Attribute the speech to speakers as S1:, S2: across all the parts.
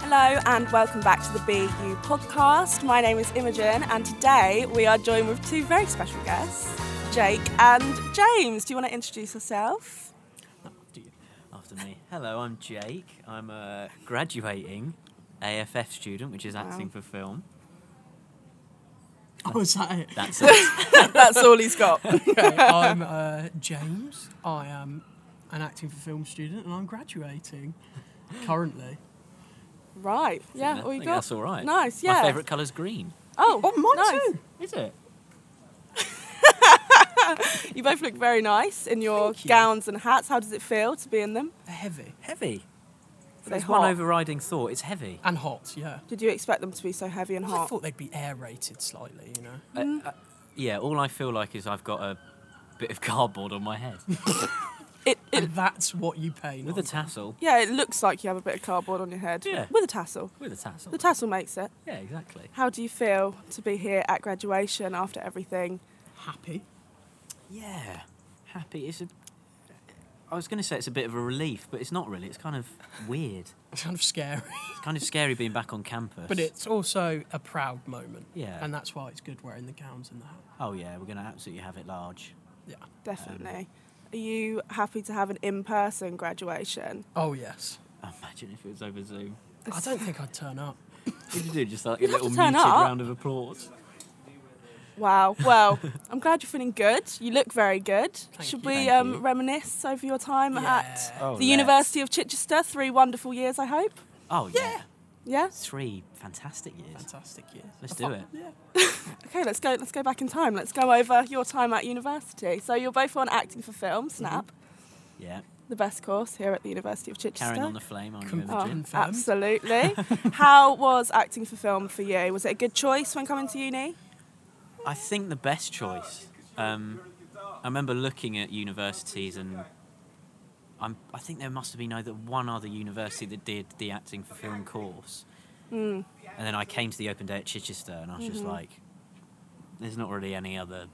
S1: Hello and welcome back to the BU podcast. My name is Imogen and today we are joined with two very special guests, Jake and James. Do you want to introduce yourself?
S2: Do you- After me. Hello, I'm Jake. I'm a graduating AFF student, which is acting for film.
S3: Oh, is that it?
S2: That's it.
S1: That's all he's got.
S3: Okay, I'm uh, James. I am an acting for film student, and I'm graduating currently.
S1: Right. Yeah,
S2: I
S1: all you
S2: think
S1: got.
S2: that's all right.
S1: Nice, yeah.
S2: My favourite colour's green.
S1: Oh,
S3: Oh, mine
S1: nice.
S3: too.
S2: Is it?
S1: You both look very nice in your
S3: Thank you.
S1: gowns and hats. How does it feel to be in them?
S3: They're heavy
S2: Heavy.
S1: Are they
S2: There's one
S1: hot?
S2: overriding thought. It's heavy.
S3: and hot. Yeah.
S1: Did you expect them to be so heavy and
S3: I
S1: hot?
S3: thought they'd be aerated slightly, you know.
S2: Uh, uh, yeah. All I feel like is I've got a bit of cardboard on my head
S1: It, it,
S3: And that's what you pay.
S2: with a tassel.
S1: yeah, it looks like you have a bit of cardboard on your head.
S2: Yeah.
S1: With a tassel.
S2: With a tassel.
S1: The tassel makes it.
S2: yeah, exactly.
S1: How do you feel to be here at graduation after everything?
S3: Happy.
S2: Yeah. Happy. It's a. I was going to say it's a bit of a relief, but it's not really. It's kind of weird.
S3: It's kind of scary,
S2: It's kind of scary being back on campus.
S3: but it's also a proud moment.
S2: Yeah.
S3: And that's why it's good wearing the gowns and the hat.
S2: Oh yeah, we're going to absolutely have it large.
S3: Yeah.
S1: Definitely. Are you happy to have an in person graduation?
S3: Oh yes.
S2: Imagine if it was over Zoom.
S3: I don't think I'd turn up.
S2: What did you do? Just like a
S1: have
S2: little
S1: to turn
S2: muted
S1: up.
S2: round of applause.
S1: Wow. Well, I'm glad you're feeling good. You look very good. Should
S3: you.
S1: we
S2: Thank
S1: um,
S2: you.
S1: reminisce over your time at
S3: Yeah.
S2: Oh,
S1: the
S2: let's.
S1: University of Chichester? Three wonderful years, I hope.
S2: Oh yeah.
S1: Yeah.
S2: Three fantastic years.
S3: Fantastic years.
S2: Let's do it.
S3: Yeah.
S1: Okay. Let's go. Let's go back in time. Let's go over your time at university. So you're both on acting for film, SNAP,
S2: Yeah.
S1: the best course here at the University of Chichester.
S2: Carrying on the flame, I
S3: Com-
S2: remember.
S1: Oh,
S2: Jim.
S3: Confirmed.
S1: absolutely. How was acting for film for you? Was it a good choice when coming to uni?
S2: I think the best choice. Um, I remember looking at universities and. I'm, I think there must have been either one other university that did the acting for film course, and then I came to the open day at Chichester, and I was just like, "There's not really any other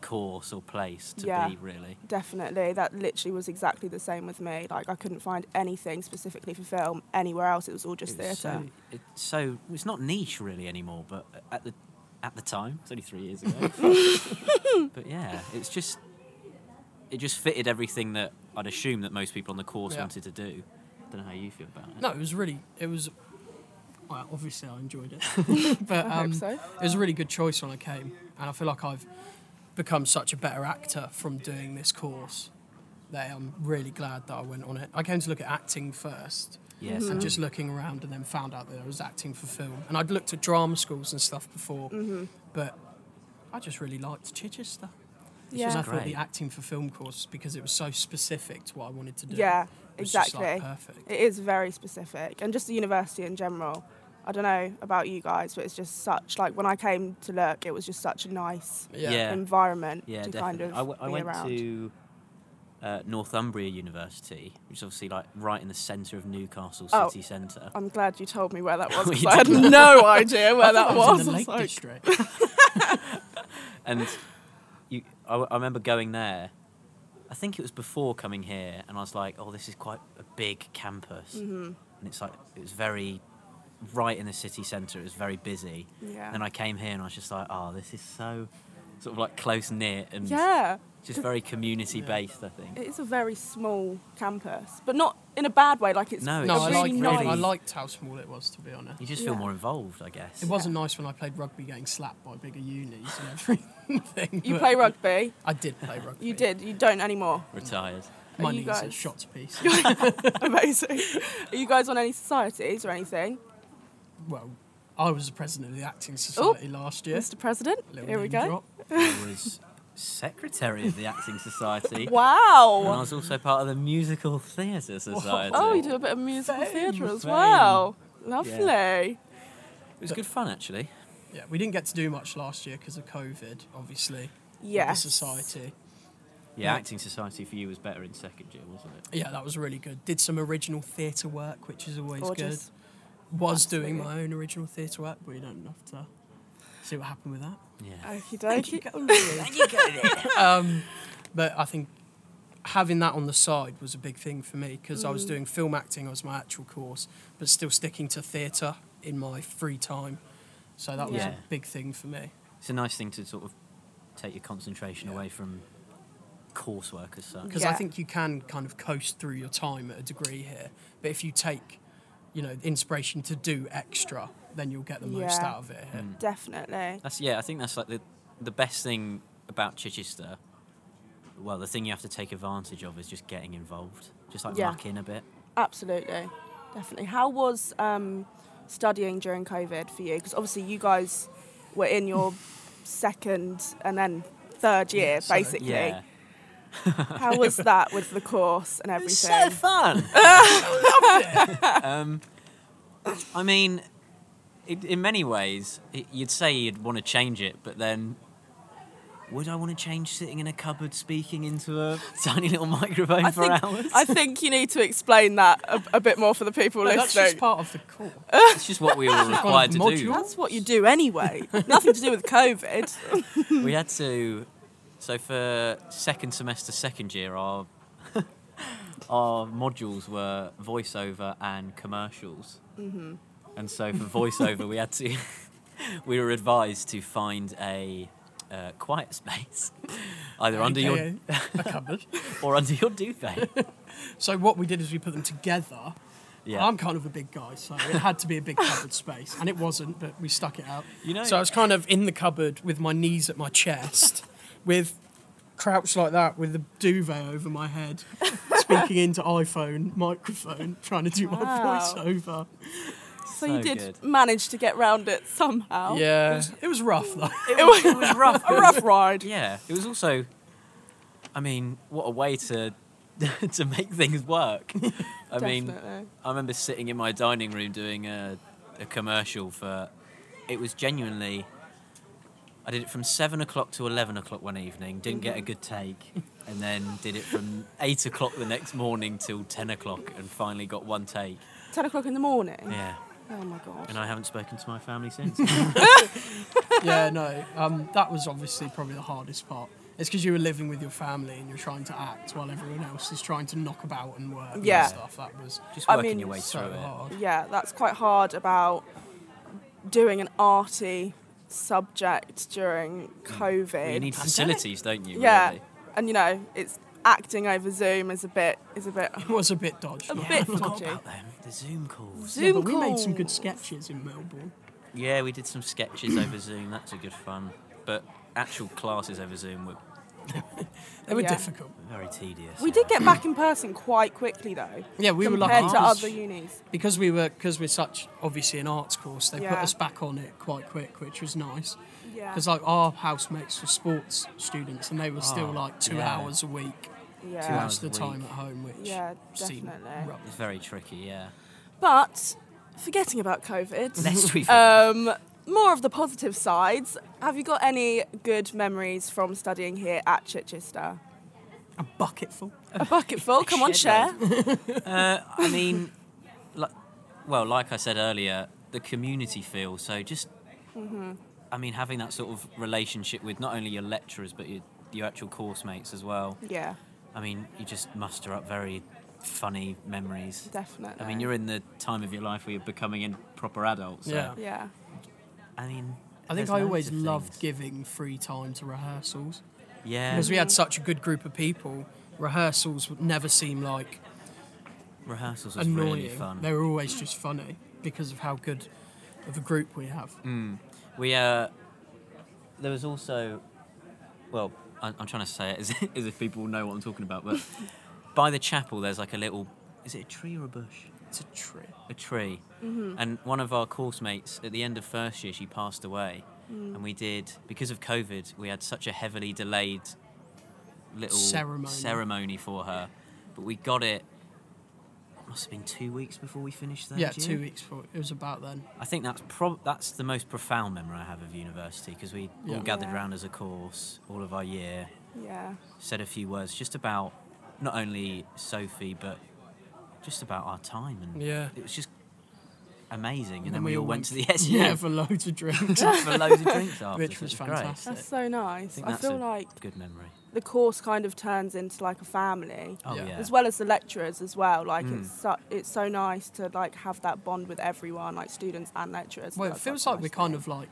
S2: course or place to
S1: Yeah.
S2: be really."
S1: Definitely. That literally was exactly the same with me. Like I couldn't find anything specifically for film anywhere else. It was all just
S2: It was
S1: theatre.
S2: So, it's so it's not niche really anymore, but at the at the time, it's only three years ago. but yeah, it's just it just fitted everything that I'd assume that most people on the course
S3: Yeah.
S2: wanted to do. Don't know how you feel about it.
S3: No, it was really. It was. Well, obviously, I enjoyed it, but um,
S1: I hope so.
S3: it was a really good choice when I came, and I feel like I've become such a better actor from doing this course that I'm really glad that I went on it. I came to look at acting first,
S2: Yes,
S1: mm-hmm.
S3: and just looking around, and then found out that I was acting for film, and I'd looked at drama schools and stuff before,
S1: Mm-hmm.
S3: but I just really liked Chichester.
S1: Yeah.
S3: And I thought
S2: Great.
S3: the acting for film course because it was so specific to what I wanted to do.
S1: Yeah,
S3: it was just, like,
S1: exactly.
S3: perfect.
S1: It is very specific, and just the university in general. I don't know about you guys, but it's just such like when I came to look, it was just such a nice
S2: Yeah.
S1: environment
S2: yeah,
S1: to
S2: definitely.
S1: kind of
S2: I, w- I
S1: be
S2: went
S1: around.
S2: to uh, Northumbria University, which is obviously like right in the centre of Newcastle
S1: Oh.
S2: city centre.
S1: I'm glad you told me where that was
S2: We
S1: because I had
S2: did.
S1: no idea where
S3: I
S1: that
S3: thought I was in the
S1: I
S3: Lake
S1: was like,
S3: District.
S2: and you, I, I remember going there. I think it was before coming here, and I was like, "Oh, this is quite a big campus,"
S1: Mm-hmm.
S2: and it's like it was very right in the city centre. It was very busy.
S1: Yeah.
S2: Then I came here, and I was just like, "Oh, this is so sort of like close knit and
S1: yeah,
S2: just very community based." I think.
S1: it is a very small campus, but not in a bad way. Like it's
S2: No,
S3: No,
S2: it's
S3: I
S1: really
S3: liked,
S1: nice.
S2: really-
S3: I liked how small it was, to be honest.
S2: you just feel
S1: Yeah.
S2: more involved, I guess.
S3: It wasn't nice when I played rugby getting slapped by bigger unis and everything.
S1: You
S3: but
S1: play rugby.
S3: I did play rugby.
S1: You did. You don't anymore.
S2: Retired.
S3: My
S1: You
S3: knees are
S1: guys-
S3: shot to pieces.
S1: Amazing. Are you guys on any societies or anything?
S3: well, I was the president of the acting society last year.
S1: Mr. President.
S3: Little
S1: Here we
S3: name
S1: go.
S3: drop.
S2: I was secretary of the acting society. And I
S1: Wow.
S2: was also part of the musical theatre society.
S1: Oh, you do a bit of musical
S3: Fame,
S1: theatre as
S2: fame.
S1: well. Lovely.
S2: It was good fun actually.
S3: Yeah, we didn't get to do much last year because of COVID, obviously. with
S1: Yes.
S3: The society.
S2: Yeah,
S3: Yeah.
S2: acting society for you was better in second year, wasn't it?
S3: Yeah, that was really good. Did some original theatre work, which is always
S1: Gorgeous.
S3: good. Was doing
S1: Absolutely.
S3: my own original theatre work, but we don't have to see what happened with that.
S2: Yeah.
S1: Okie
S3: Thank you,
S1: dokie.
S3: Gabriel. um, but I think having that on the side was a big thing for me because I
S1: Mm.
S3: was doing film acting as my actual course, but still sticking to theatre in my free time. So that was
S2: Yeah.
S3: a big thing for me.
S2: It's a nice thing to sort of take your concentration
S3: Yeah.
S2: away from coursework as such.
S3: because I
S1: Yeah.
S3: think you can kind of coast through your time at a degree here. But if you take, you know, inspiration to do extra, then you'll get the most
S1: Yeah.
S3: out of it here.
S1: Definitely.
S2: That's yeah. I think that's like the the best thing about Chichester. Well, the thing you have to take advantage of is just getting involved, just like
S1: Yeah.
S2: muck in a bit.
S1: Absolutely, definitely. How was um, studying during COVID for you? Because obviously you guys were in your second and then third year,
S3: Yeah, so-
S1: basically.
S2: Yeah,
S1: How was that with the course and everything?
S2: it's so fun. um, I mean, it, in many ways, it, you'd say you'd want to change it, but then. Would I want to change sitting in a cupboard speaking into a tiny little microphone
S1: I
S2: for
S1: think,
S2: hours?
S1: I think you need to explain that a, a bit more for the people
S3: But that's just
S1: listening.
S3: part of the course.
S2: It's just what we were
S3: of
S2: required to do.
S3: module.
S1: That's what you do anyway. Nothing to do with COVID.
S2: we had to so for second semester second year our our modules were voiceover and commercials mm-hmm. and so for voiceover we had to we were advised to find a uh, quiet space either under your
S3: AKA a cupboard.
S2: or under your duvet
S3: So what we did is we put them together.
S2: yeah
S3: I'm kind of a big guy, so it had to be a big cupboard space, and it wasn't, but we stuck it out.
S2: You know-
S3: so I was kind of in the cupboard with my knees at my chest, with crouched like that, with the duvet over my head, speaking into iPhone microphone, trying to do my
S1: Wow.
S3: voiceover.
S1: So, you
S2: So
S1: did
S2: good.
S1: manage to get round it somehow.
S3: Yeah, it was, it was rough though.
S2: it was, it was rough
S1: A rough ride.
S2: yeah it was also i mean what a way to to make things work i mean
S1: Definitely.
S2: I remember sitting in my dining room doing a, a commercial for. It was genuinely. I did it from seven o'clock to eleven o'clock one evening. Didn't get a good take, and then did it from eight o'clock the next morning till ten o'clock, and finally got one take.
S1: 10 o'clock in the morning.
S2: Yeah,
S1: Oh my god.
S2: and I haven't spoken to my family since.
S3: yeah, no, um, that was obviously probably the hardest part. It's because you were living with your family and you're trying to act while everyone else is trying to knock about and work
S1: Yeah.
S3: and stuff. That was
S2: Just
S1: I
S2: working
S1: mean,
S2: your way
S3: so
S2: through it.
S3: hard.
S1: yeah, that's quite hard about doing an arty subject during
S2: Well,
S1: COVID.
S2: You need facilities, don't you?
S1: yeah,
S2: Really?
S1: and you know, it's acting over Zoom is a bit is a bit.
S3: It was a bit dodgy.
S1: A
S3: yeah.
S1: bit
S2: I forgot
S1: dodgy.
S2: about them. The Zoom calls.
S1: Zoom
S3: Yeah, but we made some good
S1: calls.
S3: sketches in Melbourne.
S2: Yeah, we did some sketches over Zoom. That's a good fun. But actual classes over Zoom were
S3: They were
S1: Yeah.
S3: difficult.
S2: very tedious.
S1: We did get back in person quite quickly though.
S3: Yeah, we were
S1: compared
S3: lucky
S1: to
S3: because-
S1: other unis.
S3: Because we were because we're such obviously an arts course, they put
S1: Yeah.
S3: us back on it quite quick, which was nice.
S1: Yeah.
S3: Because like our housemates were sports students, and they were still
S2: Oh,
S3: like two
S2: yeah.
S3: hours a week,
S2: Two
S1: yeah.
S2: hours.
S3: most of the
S2: a
S3: time
S2: week.
S3: at home, which
S1: Yeah,
S3: seemed
S1: definitely.
S3: rubbish.
S2: It's very tricky, yeah.
S1: But forgetting about COVID.
S2: Lest we forget.
S1: Um, more of the positive sides. Have you got any good memories from studying here at Chichester?
S3: A bucketful.
S1: A bucketful. Come on, share.
S2: Shed uh, I mean, like, well, like I said earlier, the community feel. So just,
S3: Mm-hmm.
S2: I mean, having that sort of relationship with not only your lecturers but your, your actual course mates as well.
S1: Yeah,
S2: I mean, you just muster up very funny memories.
S1: definitely.
S2: I mean, you're in the time of your life where you're becoming a proper adult. So,
S3: Yeah.
S1: Yeah.
S2: I mean,
S3: I think
S2: there's
S3: I
S2: loads
S3: always
S2: of things.
S3: loved giving free time to rehearsals.
S2: Yeah,
S3: Because we had such a good group of people, rehearsals would never seem like
S2: rehearsals was
S3: annoying.
S2: really fun.
S3: They were always just funny because of how good of a group we have.
S2: Mm. We uh, there was also, well, I, I'm trying to say it as, as if people know what I'm talking about, but by the chapel there's like a little, is it a tree or a bush?
S3: It's a trip.
S2: A tree.
S3: Mm-hmm.
S2: And one of our course mates at the end of first year, she passed away,
S3: Mm.
S2: and we did because of COVID, we had such a heavily delayed little
S3: Ceremony.
S2: ceremony for her, but we got it. Must have been two weeks before we finished that.
S3: Yeah, two weeks before it was about then.
S2: I think that's prob- that's the most profound memory I have of university because we
S3: Yeah.
S2: all gathered
S1: Yeah.
S2: round as a course, all of our year,
S1: Yeah.
S2: said a few words just about not only Sophie but just about our time, and
S3: Yeah.
S2: it was just amazing. And, then, we, all went to the SU
S3: yeah for loads of drinks.
S2: for loads of drinks after.
S3: Which
S2: so
S3: was
S2: it great.
S3: fantastic.
S1: That's so nice.
S2: think
S1: I
S2: that's
S1: feel
S2: a
S1: like
S2: Good memory.
S1: the course kind of turns into like a family.
S2: Oh
S3: Yeah. Hmm.
S2: yeah.
S1: As well as the lecturers as well, like
S2: Mm.
S1: it's so, it's so nice to like have that bond with everyone, like students and lecturers.
S3: Well, it
S1: That's
S3: feels
S1: such a
S3: like
S1: nice
S3: we're
S1: thing.
S3: kind of like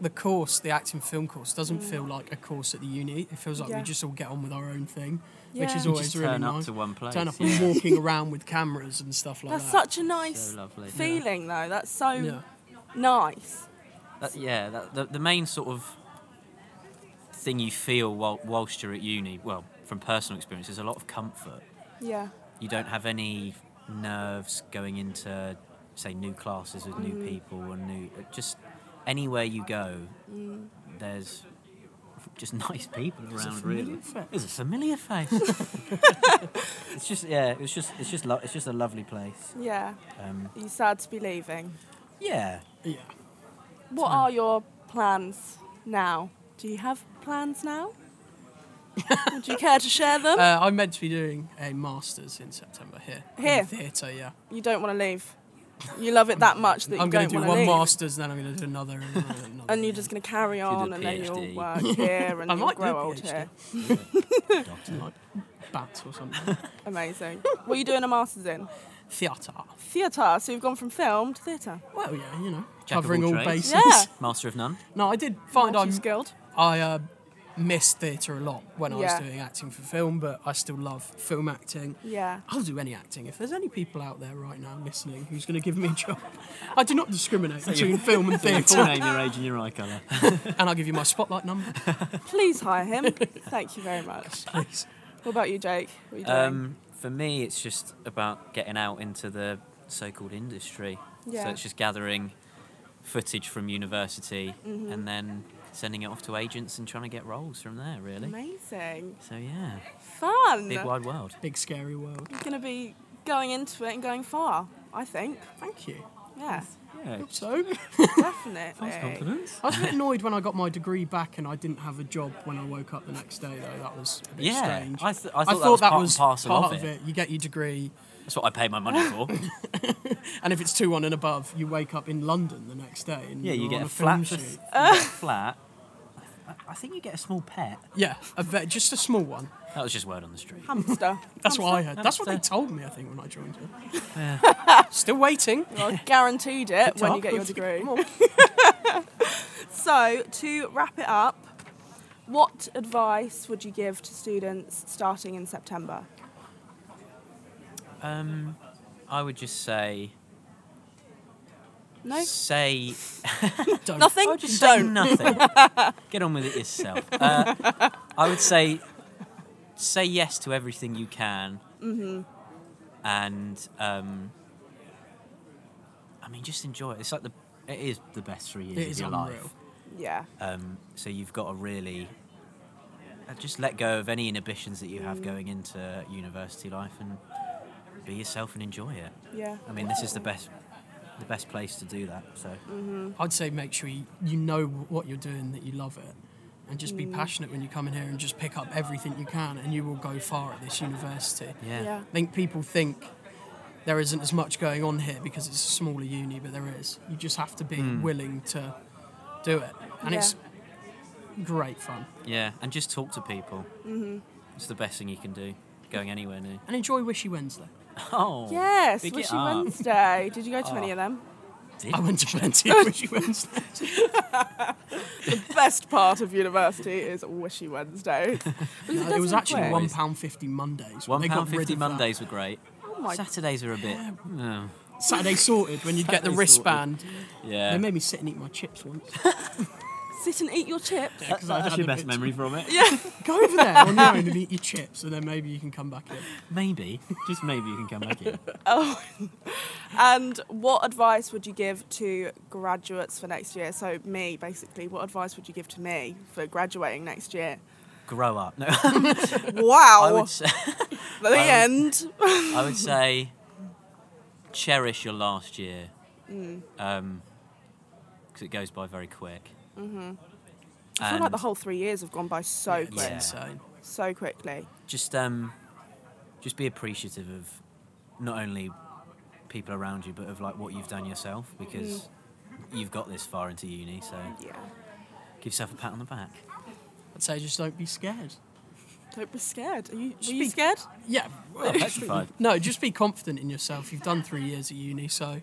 S3: the course, the acting film course, doesn't feel like a course at the uni. It feels like
S1: Mm. Yeah.
S3: we just all get on with our own thing, which
S1: Yeah.
S3: is
S1: You
S2: You
S3: always
S2: just
S3: really
S2: turn up
S3: nice.
S2: to one place.
S3: turn up
S2: yeah.
S3: and walking around with cameras and stuff like
S1: That's
S3: that.
S1: such a nice
S2: So lovely.
S1: feeling, though. That's so
S3: yeah.
S1: nice.
S2: That, yeah, that, the, the main sort of thing you feel while, whilst you're at uni, well, from personal experience, is a lot of comfort.
S1: Yeah.
S2: You don't have any nerves going into, say, new classes with new people or new. Just anywhere you go, there's just nice people
S3: It's a
S2: around.
S3: familiar
S2: Really,
S3: effect.
S2: it's a familiar face. it's just yeah, it's just it's just lo- it's just a lovely place.
S1: Yeah.
S2: Um,
S1: Are you sad to be leaving?
S2: yeah,
S3: Yeah.
S1: What are your plans now? Do you have plans now? Would you care to share them?
S3: Uh, I'm meant to be doing a masters in September here.
S1: Here?
S3: In theatre, yeah.
S1: you don't want to leave. You love it that much that you
S3: I'm
S1: don't
S3: going to do
S1: want
S3: one
S1: leave.
S3: masters, then I'm going to do another. And, another, another.
S1: And you're just going to carry on,
S2: a
S1: and then you'll
S2: PhD.
S1: work here and
S3: I
S1: you'll
S3: might do a
S1: grow old
S3: PhD.
S1: here.
S2: Doctor.
S3: like bats or something.
S1: Amazing. what are you doing a master's in?
S3: Theatre.
S1: Theatre. So you've gone from film to theatre.
S3: Well, yeah, you know,
S2: Jack of
S3: covering
S2: all
S3: all,
S2: trades.
S3: bases.
S1: Yeah.
S2: master of none.
S3: No, I did find I'm
S1: skilled.
S3: I uh, missed theatre a lot when I
S1: Yeah.
S3: was doing acting for film, but I still love film acting.
S1: Yeah.
S3: I'll do any acting. If there's any people out there right now listening who's going to give me a job, I do not discriminate between film and theatre.
S2: name, your age, and your eye colour.
S3: and I'll give you my spotlight number,
S1: Please hire him. Thank you very much.
S3: please.
S1: What about you, Jake? What are you doing?
S2: Um, for me, it's just about getting out into the so-called industry.
S1: Yeah.
S2: So it's just gathering footage from university
S1: Mm-hmm.
S2: and then sending it off to agents and trying to get roles from there. Really.
S1: Amazing.
S2: So yeah,
S1: Fun.
S2: big wide world.
S3: Big scary world.
S1: You're going to be going into it and going far, I think.
S3: Thank you.
S1: Yeah,
S2: Yeah.
S3: Hope So,
S1: definitely. Oh,
S3: I was a bit annoyed when I got my degree back and I didn't have a job when I woke up the next day, though. That was a bit
S2: Yeah,
S3: strange.
S2: I th- I thought that was part and parcel
S3: part
S2: of
S3: of
S2: it.
S3: it. You get your degree,
S2: That's what I pay my money for.
S3: and if it's 2 1 and above, you wake up in London the next day. And
S2: yeah, you
S3: you're
S2: get
S3: on
S2: a
S3: a film
S2: flat. For,
S3: shoot.
S2: you get a flat. I, I think you get a small pet.
S3: Yeah, a vet, just a small one.
S2: That was just word on the street.
S1: Hamster.
S3: That's what I heard. That's what they
S2: Hamster.
S3: told me, I think, when I joined it. Still waiting.
S1: Well, guaranteed it when you
S3: Up
S1: get your
S3: with-
S1: degree.
S3: Come on.
S1: So, to wrap it up, what advice would you give to students starting in September?
S2: Um, I would just say
S1: No?
S2: say
S3: Don't.
S1: Nothing?
S2: I'll just say
S1: Don't.
S2: nothing. Get on with it yourself. Uh, I would say say yes to everything you can, mm-hmm. and um, I mean just enjoy it. It's like the it is the best three years
S3: It
S2: of
S3: is
S2: your
S3: unreal.
S2: life.
S1: Yeah.
S2: Um, so you've got to really uh, just let go of any inhibitions that you have going into university life and be yourself and enjoy it.
S1: Yeah.
S2: I mean, this is the best the best place to do that. So
S3: I'd say make sure you, you know what you're doing, that you love it, and just
S2: Mm.
S3: be passionate when you come in here and just pick up everything you can, and you will go far at this university.
S2: yeah.
S1: Yeah.
S3: I think people think there isn't as much going on here because it's a smaller uni, but there is. You just have to be
S2: Hmm.
S3: willing to do it, and
S1: Yeah.
S3: it's great fun.
S2: Yeah, and just talk to people. Mm-hmm. It's the best thing you can do. Going anywhere new.
S3: And enjoy Wishy Wednesday.
S2: Oh,
S1: Yes,
S2: pick it
S1: Wishy
S2: up.
S1: Wednesday. Did you go to
S3: Oh.
S1: any of them?
S2: Did-
S3: I went to plenty of Wishy Wednesday.
S1: Best part of university is Wishy Wednesday. Because
S3: No,
S1: does
S3: it was
S1: look
S3: actually
S1: great.
S3: one pound fifty Mondays. when
S2: One
S3: they got
S2: pound
S3: rid
S2: fifty
S3: of that.
S2: Mondays were great.
S1: Oh my
S2: Saturdays were a bit. oh,
S3: Saturday sorted when you get the
S2: Saturday
S3: wristband. They
S2: yeah.
S3: made me sit and eat my chips once.
S1: Sit and eat your chips.
S3: Yeah, 'cause I'd had a bit-
S2: from it.
S1: Yeah.
S3: Go over there on your own and eat your chips, and then maybe you can come back in.
S2: Maybe, just maybe you can come back in.
S1: And what advice would you give to graduates for next year? So me, basically, what advice would you give to me for graduating next year?
S2: Grow up. No,
S1: Wow.
S2: I would um, say,
S1: the end.
S2: I would say, cherish your last year,
S1: Mm.
S2: because it goes by very quick. Mm-hmm.
S1: I feel like the whole three years have gone by so
S3: It's
S1: quick,
S2: Yeah.
S3: insane.
S1: so quickly.
S2: just um, just be appreciative of not only people around you, but of like what you've done yourself because you've got this far into uni. So
S1: Yeah.
S2: give yourself a pat on the back.
S3: I'd say just don't be scared.
S1: Don't be scared. Are you, were
S3: Speak.
S1: you scared?
S3: Yeah.
S2: Well, petrified.
S3: No, just be confident in yourself. You've done three years at uni, so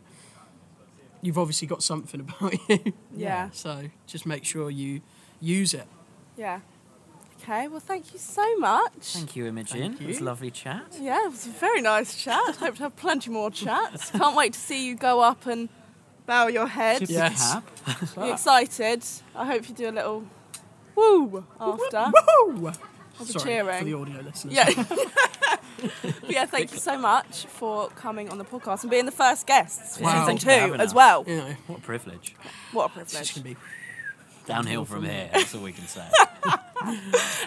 S3: you've obviously got something about you.
S1: Yeah.
S3: So just make sure you use it.
S1: Yeah. Okay, well, thank you so much.
S2: Thank you, Imogen.
S3: Thank you.
S2: It was a lovely chat.
S1: Yeah, it was a very nice chat. Hope to have plenty more chats. Can't wait to see you go up and bow your head.
S2: Tip
S1: Are
S2: the
S3: Yes.
S2: cap.
S1: you excited? I hope you do a little woo after.
S3: Woo!
S1: be
S3: Sorry for
S1: cheering.
S3: the audio listeners.
S1: Yeah. But yeah, thank you so much for coming on the podcast and being the first guests for
S3: Wow.
S1: season
S2: Thanks
S1: two
S2: for having
S1: as
S2: us.
S1: well.
S3: You know,
S2: What a privilege.
S1: What a
S3: it's just
S1: privilege.
S3: gonna be
S2: Downhill from here. That's all we can say.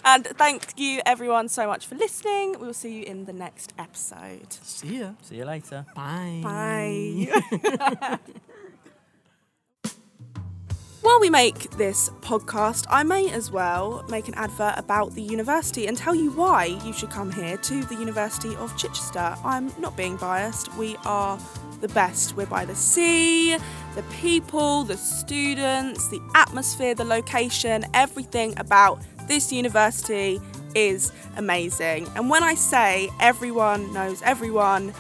S1: And thank you everyone so much for listening. We will see you in the next episode.
S3: see ya.
S2: See you later.
S3: Bye.
S1: Bye. While we make this podcast, I may as well make an advert about the university and tell you why you should come here to the University of Chichester. I'm not being biased, we are the best. We're by the sea, the people, the students, the atmosphere, the location, everything about this university is amazing. And when I say everyone knows everyone,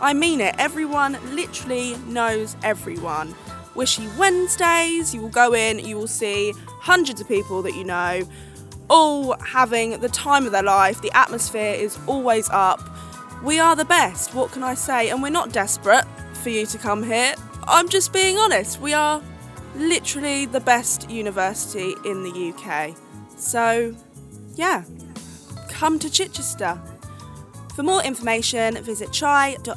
S1: I mean it. Everyone literally knows everyone. Wishy Wednesdays, you will go in, you will see hundreds of people that you know, all having the time of their life. The atmosphere is always up. We are the best, what can I say? And we're not desperate for you to come here. I'm just being honest. We are literally the best university in the UK. So, yeah, come to Chichester. For more information, visit chai.ac.uk.